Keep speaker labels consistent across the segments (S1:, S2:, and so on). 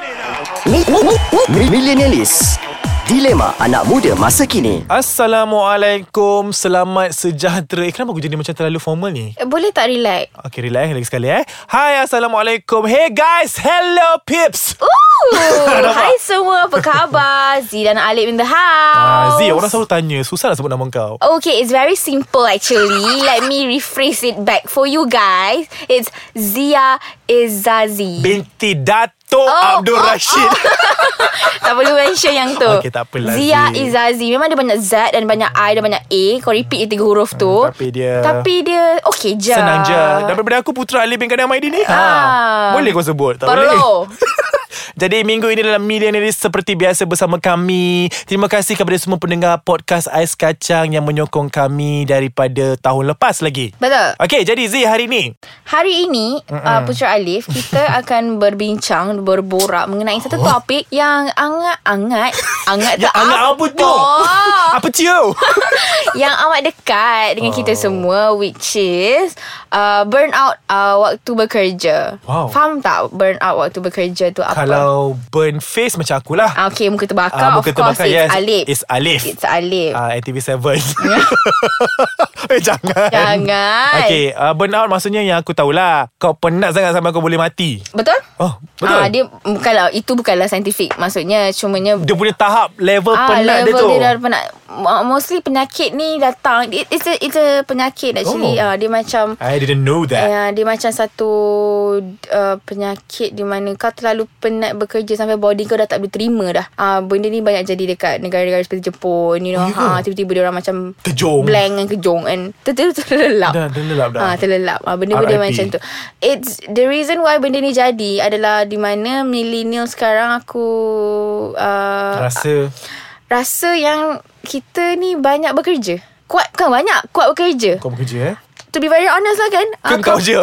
S1: Mi- mi- mi- mi- Millenialis Dilema anak muda masa kini
S2: Assalamualaikum Selamat sejahtera Eh kenapa aku jadi macam terlalu formal ni
S3: Eh, Boleh tak relax?
S2: Okay relax lagi sekali eh Hai Assalamualaikum Hey guys Hello pips
S3: Ooh, hai semua, apa khabar? Z dan Alip in the
S2: Ah,
S3: house.
S2: Z orang selalu tanya Susah nak sebut nama kau
S3: Okay, it's very simple actually. Let me rephrase it back for you guys. It's Zia Izazi.
S2: Binti Dato'
S3: Oh,
S2: Abdul Rashid
S3: tak perlu mention yang tu.
S2: Okay, tak apalah,
S3: Zia
S2: Z.
S3: Izazi. Memang ada banyak Z dan banyak I dan banyak A. Kau repeat je tiga huruf tu.
S2: Hmm, tapi dia-
S3: Tapi dia... Okay je.
S2: Senang je Daripada aku Putra Ali bin Kadir Maidin ni
S3: Ya. Ah.
S2: Boleh kau sebut Tak
S3: Perlu.
S2: boleh Jadi minggu ini dalam Millionaires seperti biasa bersama kami. Terima kasih kepada semua pendengar podcast Ais Kacang yang menyokong kami daripada tahun lepas lagi.
S3: Betul.
S2: Okey, jadi Z hari ni.
S3: Hari ini uh, Putra Alif Kita akan berbincang Berborak Mengenai satu
S2: Oh.
S3: topik Yang angat-angat Angat
S2: Ya,
S3: tak
S2: anak apa tu? apa cio?
S3: Yang amat dekat Dengan kita
S2: Oh.
S3: semua Which is uh, Burnout uh, Waktu bekerja
S2: Wow.
S3: Faham tak Burnout waktu bekerja tu apa?
S2: Kalau burn face macam akulah.
S3: Ah, Okay muka terbakar
S2: Ah,
S3: Of course it's Alif
S2: It's Alif.
S3: It's Alif
S2: Ah, ATV7 Eh jangan
S3: Jangan.
S2: Okay uh, Burnout maksudnya yang aku tahulah Kau penat sangat sampai kau boleh mati
S3: Betul?
S2: Oh betul
S3: Ah, dia bukanlah itu bukanlah saintifik maksudnya cumanya
S2: dia punya tahap level
S3: Ah,
S2: penat
S3: level
S2: dia tu.
S3: dia dah penat. Mo- Mostly penyakit ni datang. It, it's, a, it's a penyakit actually.
S2: Oh.
S3: Oh. Uh, dia macam...
S2: I didn't know that.
S3: Uh, dia macam satu uh, penyakit di mana kau terlalu penat bekerja sampai body kau dah tak boleh terima dah. Uh, benda ni banyak jadi dekat negara-negara seperti Jepun. You know,
S2: Oh, ya ke?
S3: ha, tiba-tiba dia orang macam
S2: Kejong.
S3: blank dan kejong and ter- ter- terlelap.
S2: Dah, terlelap dah.
S3: Ah, terlelap. Ah, benda-benda
S2: RIP.
S3: macam tu. It's the reason why benda ni jadi adalah di mana millennial sekarang aku uh,
S2: Rasa
S3: rasa yang kita ni banyak bekerja. Kuat kan banyak, kuat bekerja.
S2: kau bekerja eh.
S3: To be very honest lah kan.
S2: Ke kau je.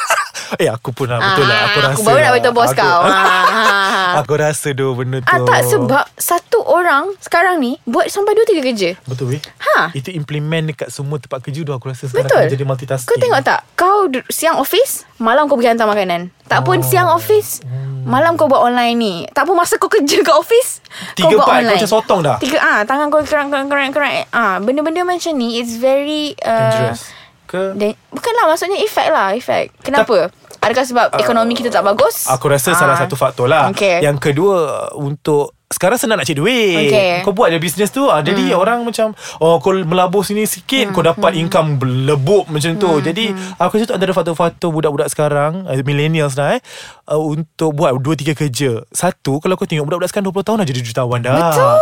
S2: eh aku pun lah betul lah. Aku
S3: Ah,
S2: rasa.
S3: Aku baru
S2: lah.
S3: nak beritahu bos
S2: Aku-
S3: kau. Ah,
S2: Aku rasa dua benda tu.
S3: ah, tak sebab satu orang sekarang ni buat sampai dua tiga kerja.
S2: Betul weh.
S3: Ha.
S2: Itu implement dekat semua tempat kerja tu aku rasa sekarang
S3: Betul.
S2: kena jadi multitasking.
S3: Kau tengok tak? Kau du- siang office, malam kau pergi hantar makanan. Tak
S2: Oh.
S3: pun siang office, malam kau buat online ni. Tak pun masa kau kerja kat office,
S2: Tiga
S3: kau buat
S2: part, kau
S3: online.
S2: macam sotong dah.
S3: Tiga ah, tangan kau kerang-kerang-kerang. Ah, benda-benda macam ni it's very uh,
S2: Dangerous. Ke?
S3: Dan, bukanlah maksudnya efek lah efek. Kenapa? Adakah sebab uh, ekonomi kita tak bagus?
S2: Ah, Aku rasa salah satu faktor lah.
S3: Ah. Okay.
S2: Yang kedua untuk sekarang senang nak cari duit
S3: Okay. Hmm.
S2: Kau buat je bisnes tu ah, Jadi orang macam Oh kau melabur sini sikit Kau dapat income Lebuk macam tu
S3: Hmm.
S2: Jadi Aku rasa tu antara faktor-faktor Budak-budak sekarang uh, Millennials lah eh uh, Untuk buat dua tiga kerja Satu Kalau kau tengok Budak-budak sekarang 20 tahun dah jadi jutawan dah Betul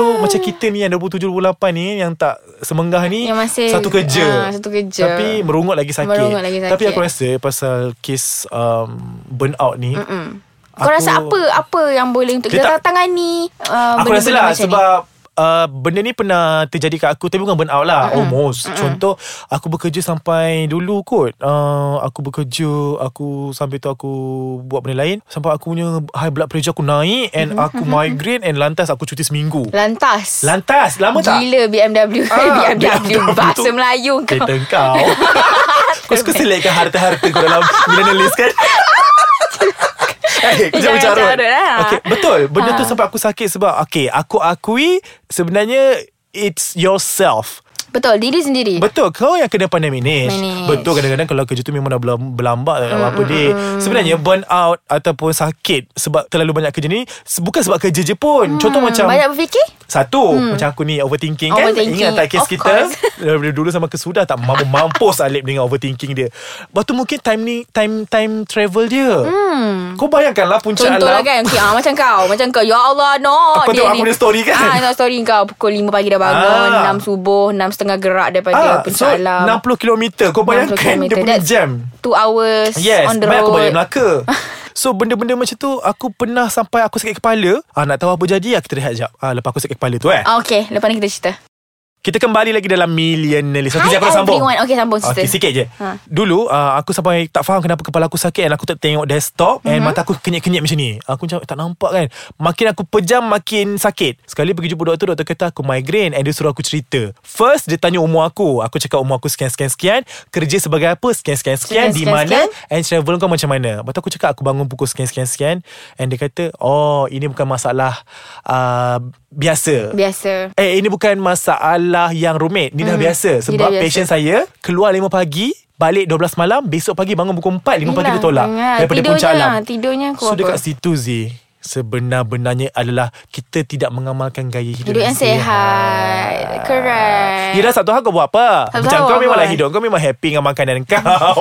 S2: So macam kita ni Yang 27-28 ni Yang tak semenggah ni
S3: Yang masih-
S2: Satu kerja
S3: ah, satu kerja.
S2: Tapi merungut lagi sakit
S3: Merungut lagi sakit.
S2: Tapi aku rasa Pasal kes um, Burnout ni Mm-mm.
S3: Kau rasa apa apa yang boleh untuk
S2: Dia
S3: kita
S2: tak-
S3: tangani uh,
S2: Aku rasa
S3: benda-benda
S2: lah
S3: macam ni?
S2: sebab Uh, benda ni pernah terjadi kat aku Tapi bukan burn out lah mm Almost mm Contoh Aku bekerja sampai dulu kot uh, Aku bekerja Aku sampai tu aku Buat benda lain Sampai aku punya High blood pressure aku naik And aku migraine And lantas aku cuti seminggu
S3: Lantas.
S2: Lantas Lama tak?
S3: Gila BMW
S2: Ah,
S3: BMW,
S2: tu.
S3: BMW Bahasa Melayu kau
S2: Kereta kau Kau suka selitkan harta-harta kau dalam Millennialis kan Eh, kau jangan
S3: Jangan Ha.
S2: carut.
S3: carut, ah.
S2: Okay, betul. Benda tu sampai aku sakit sebab okay, aku akui sebenarnya it's yourself.
S3: Betul diri sendiri
S2: Betul kau yang kena pandai manage.
S3: Manage.
S2: Betul kadang-kadang kalau kerja tu memang dah belam- berlambak tak apa dia. Sebenarnya burn out ataupun sakit sebab terlalu banyak kerja ni se- bukan sebab kerja je pun. Contoh macam
S3: Hmm. Banyak berfikir
S2: satu hmm. Macam aku ni Overthinking kan
S3: Overthinking,
S2: Ingat tak kes
S3: of
S2: kita
S3: course.
S2: Daripada dulu sampai ke sudah Tak mampu mampus Alip dengan overthinking dia Lepas tu mungkin time ni Time time travel dia hmm. Kau bayangkanlah Puncak
S3: Contoh lah
S2: alam
S3: kan okay, ah, Macam kau Macam kau Ya Allah no
S2: Aku
S3: Dia
S2: tengok
S3: ni-
S2: aku punya story kan?
S3: ah, Tengok story kau Pukul 5 pagi dah bangun
S2: Ah.
S3: 6 subuh 6 setengah gerak Daripada ah,
S2: Ah, so 60 km Kau bayangkan dia punya jam
S3: 2 hours
S2: Yes
S3: On the
S2: Baik
S3: road
S2: aku balik Melaka So benda-benda macam tu Aku pernah sampai Aku sakit kepala ah, Nak tahu apa jadi ah, Kita rehat sekejap ah, Lepas aku sakit kepala tu eh
S3: ah, Okay Lepas ni kita cerita
S2: Kita kembali lagi dalam Millionaire List. Satu
S3: Hi
S2: je aku nak sambung.
S3: everyone. Okay, sambung, sister.
S2: Okay, sikit je. Ha.
S3: Ha.
S2: Dulu, uh, aku sampai tak faham kenapa kepala aku sakit. And aku tak tengok desktop. Mm-hmm. And
S3: Mhm.
S2: mata aku kenyit-kenyit macam ni. Aku macam tak nampak kan. Makin aku pejam, makin sakit. Sekali pergi jumpa doktor, doktor kata aku migraine. And dia suruh aku cerita. First, dia tanya umur aku. Aku cakap umur aku sekian-sekian-sekian. Kerja sebagai apa? Sekian-sekian-sekian. Di
S3: Sekian, sekian,
S2: mana?
S3: sekian.
S2: And travel kau macam mana Lepas tu aku cakap Aku bangun pukul sekian-sekian-sekian And dia kata Oh ini bukan masalah uh, Biasa
S3: Biasa.
S2: Eh ini bukan masalah yang rumit Ni dah biasa
S3: ni
S2: Sebab
S3: Hmm. dah biasa.
S2: patient saya Keluar 5 pagi Balik 12 malam Besok pagi bangun pukul 4 5 pagi
S3: Yelah,
S2: dia tolak
S3: ingat.
S2: Daripada
S3: Tidurnya,
S2: puncak alam
S3: tidurnya aku
S2: So
S3: apa?
S2: dekat situ Zee Sebenar-benarnya adalah Kita tidak mengamalkan gaya hidup
S3: Hidup yang sihat. Correct.
S2: Yelah Sabtu Ahad kau buat apa?
S3: Eh.
S2: Macam
S3: Sabtu Ahad
S2: kau
S3: buat
S2: memanglah
S3: apa?
S2: hidup Kau memang happy dengan makanan kau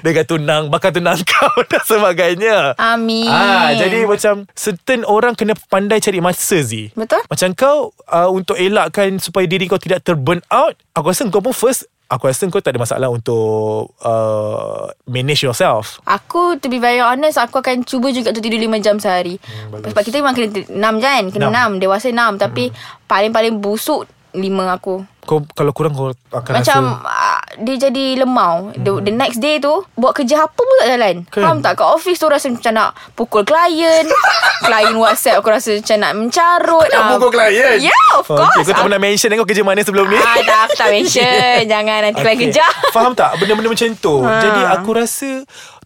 S2: Dengan tunang Bakar tunang kau Dan sebagainya
S3: Amin.
S2: Ah, Jadi macam Certain orang kena pandai cari masa Zee
S3: Betul?
S2: Macam kau uh, Untuk elakkan Supaya diri kau tidak terburn out Aku rasa kau pun first Aku rasa kau tak ada masalah Untuk uh, Manage yourself
S3: Aku to be very honest Aku akan cuba juga Untuk tidur 5 jam sehari hmm, Sebab kita memang kena 6 jam kan Kena
S2: Enam. Hmm.
S3: 6, Dewasa 6 Tapi paling-paling busuk 5 aku
S2: kau, Kalau kurang kau akan
S3: Macam
S2: rasa Hmm.
S3: uh, Dia jadi lemau the, the next day tu Buat kerja apa pun tak jalan
S2: Kan?
S3: Faham tak Kat office tu rasa macam nak Pukul klien Klien whatsapp Aku rasa macam nak mencarut
S4: Nak
S3: Ah,
S4: pukul klien?
S3: Yeah of
S2: Okay,
S3: course
S2: Kau tak pernah mention kan Kau kerja mana sebelum ni
S3: Ah, dah, aku tak mention Jangan nanti klien kerja
S2: Faham tak Benda-benda macam tu
S3: Ha.
S2: ha. Jadi aku rasa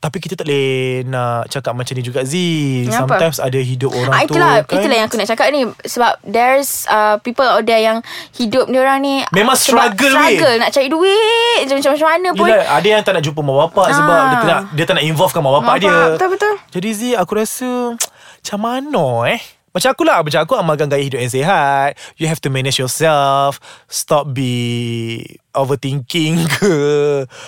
S2: Tapi kita tak boleh Nak cakap macam ni juga Z
S3: Kenapa?
S2: Sometimes ada hidup orang
S3: Ah,
S2: tu
S3: itulah,
S2: kan?
S3: Itulah yang aku nak cakap ni Sebab there's uh, people out there yang Hidup dia orang ni ah,
S2: Memang
S3: sebab
S2: struggle, weh.
S3: Struggle nak cari duit je Macam-macam mana pun
S2: Yelah, ada yang tak nak jumpa mak bapak ah. sebab
S3: Ah.
S2: dia tak nak dia tak nak involvekan mak bapak
S3: Mak
S2: dia.
S3: bapak, betul-betul.
S2: Jadi Z aku rasa macam mana eh? Macam aku lah Macam aku amalkan gaya hidup yang sihat You have to manage yourself Stop be Overthinking ke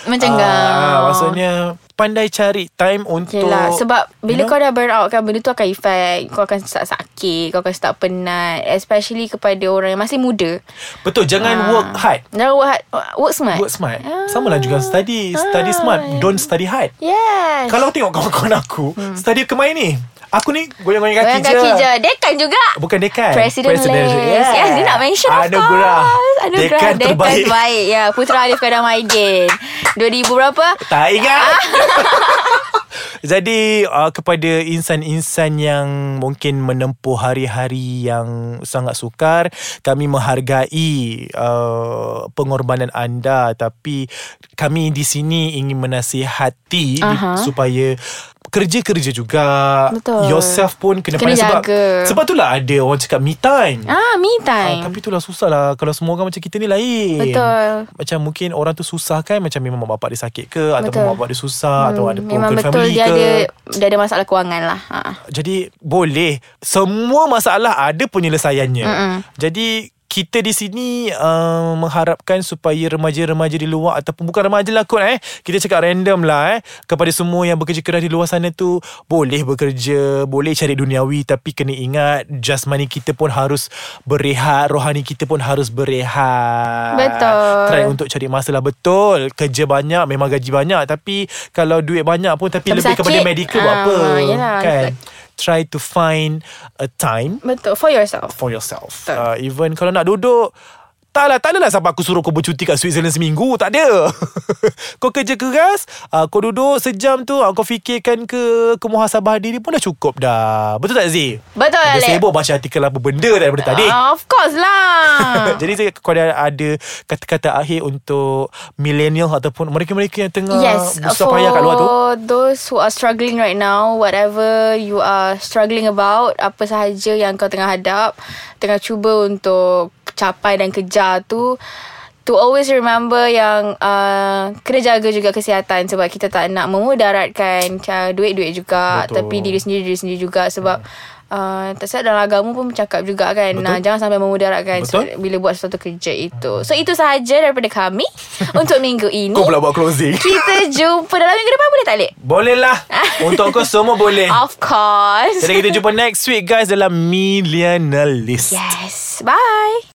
S3: Macam
S2: Ah,
S3: kau.
S2: Maksudnya Pandai cari time untuk
S3: Yelah lah, Sebab Bila
S2: you
S3: kau dah burn out kan Benda tu akan effect Kau akan start sakit Kau akan start penat Especially kepada orang yang masih muda
S2: Betul Jangan
S3: Ah.
S2: work hard
S3: Jangan work hard Work smart
S2: Work smart Sama lah juga study Study
S3: Ah.
S2: smart Don't study hard
S3: Yes
S2: Kalau tengok kawan-kawan aku Study kemain ni Aku ni goyang-goyang kaki,
S3: Orang Hmm. kaki je Dekan juga
S2: Bukan dekan
S3: President, President List yes. yes Dia nak mention of
S2: Anugerah
S3: course Anugerah
S2: Dekan terbaik,
S3: terbaik. Ya, Putra Alif Kadam Aidin 2000 berapa
S2: Tak ingat
S3: Ah.
S2: Jadi uh, kepada insan-insan yang mungkin menempuh hari-hari yang sangat sukar Kami menghargai uh, pengorbanan anda Tapi kami di sini ingin menasihati
S3: Aha.
S2: uh-huh. Supaya kerja-kerja juga
S3: Betul.
S2: Yourself pun kena,
S3: Kena
S2: pandai sebab
S3: jaga.
S2: Sebab itulah ada orang cakap me time
S3: Ah, me
S2: Ah,
S3: time
S2: tapi itulah susah lah Kalau semua orang macam kita ni lain
S3: Betul.
S2: Macam mungkin orang tu susah kan Macam memang mak bapak dia sakit ke Ataupun
S3: Betul.
S2: mak bapak dia susah hmm, Atau ada
S3: Memang
S2: broken
S3: betul
S2: family
S3: dia
S2: ke
S3: ada Dia ada masalah kewangan lah ha.
S2: Jadi boleh Semua masalah ada penyelesaiannya
S3: Mm-mm.
S2: Jadi kita di sini uh, mengharapkan supaya remaja-remaja di luar ataupun bukan remaja lah kot eh kita cakap random lah eh kepada semua yang bekerja keras di luar sana tu boleh bekerja boleh cari duniawi tapi kena ingat jasmani kita pun harus berehat rohani kita pun harus berehat
S3: Betul.
S2: try untuk cari masa lah betul kerja banyak memang gaji banyak tapi kalau duit banyak pun tapi,
S3: Tapi
S2: lebih
S3: sakit,
S2: kepada medical buat
S3: ah,
S2: apa
S3: yelah,
S2: kan try to find a time
S3: Betul For yourself
S2: for yourself.
S3: Betul.
S2: Uh, even kalau nak duduk tak lah, tak adalah sampai aku suruh kau bercuti kat Switzerland seminggu. Tak ada. kau kerja keras, uh, kau duduk sejam tu, uh, kau fikirkan ke kemuhasabah diri pun dah cukup dah. Betul tak Zee?
S3: Betul,
S2: Dah
S3: Alip.
S2: sibuk baca artikel apa benda daripada tadi.
S3: Ah, Of course lah
S2: Jadi Zee, kau ada, ada kata-kata akhir untuk millennial ataupun mereka-mereka yang tengah
S3: Yes uh,
S2: susah
S3: For
S2: payah kat luar tu.
S3: those who are struggling right now Whatever you are struggling about Apa sahaja yang kau tengah hadap Tengah cuba untuk Capai dan kejar tu To always remember yang uh, Kena jaga juga kesihatan Sebab kita tak nak memudaratkan uh, Duit-duit
S2: Betul.
S3: juga Betul. Tapi diri sendiri-diri sendiri juga Sebab Uh, tak silap dalam agama pun cakap juga kan
S2: Betul.
S3: nah, Jangan sampai memudaratkan
S2: Betul.
S3: se- Bila buat sesuatu kerja itu So itu sahaja daripada kami Untuk minggu ini
S2: Kau pula buat closing.
S3: kita jumpa dalam minggu depan boleh tak, Lek?
S2: boleh lah. Untuk kau semua boleh.
S3: Of course.
S2: Jadi kita jumpa next week guys dalam Millionaire List.
S3: Yes. Bye.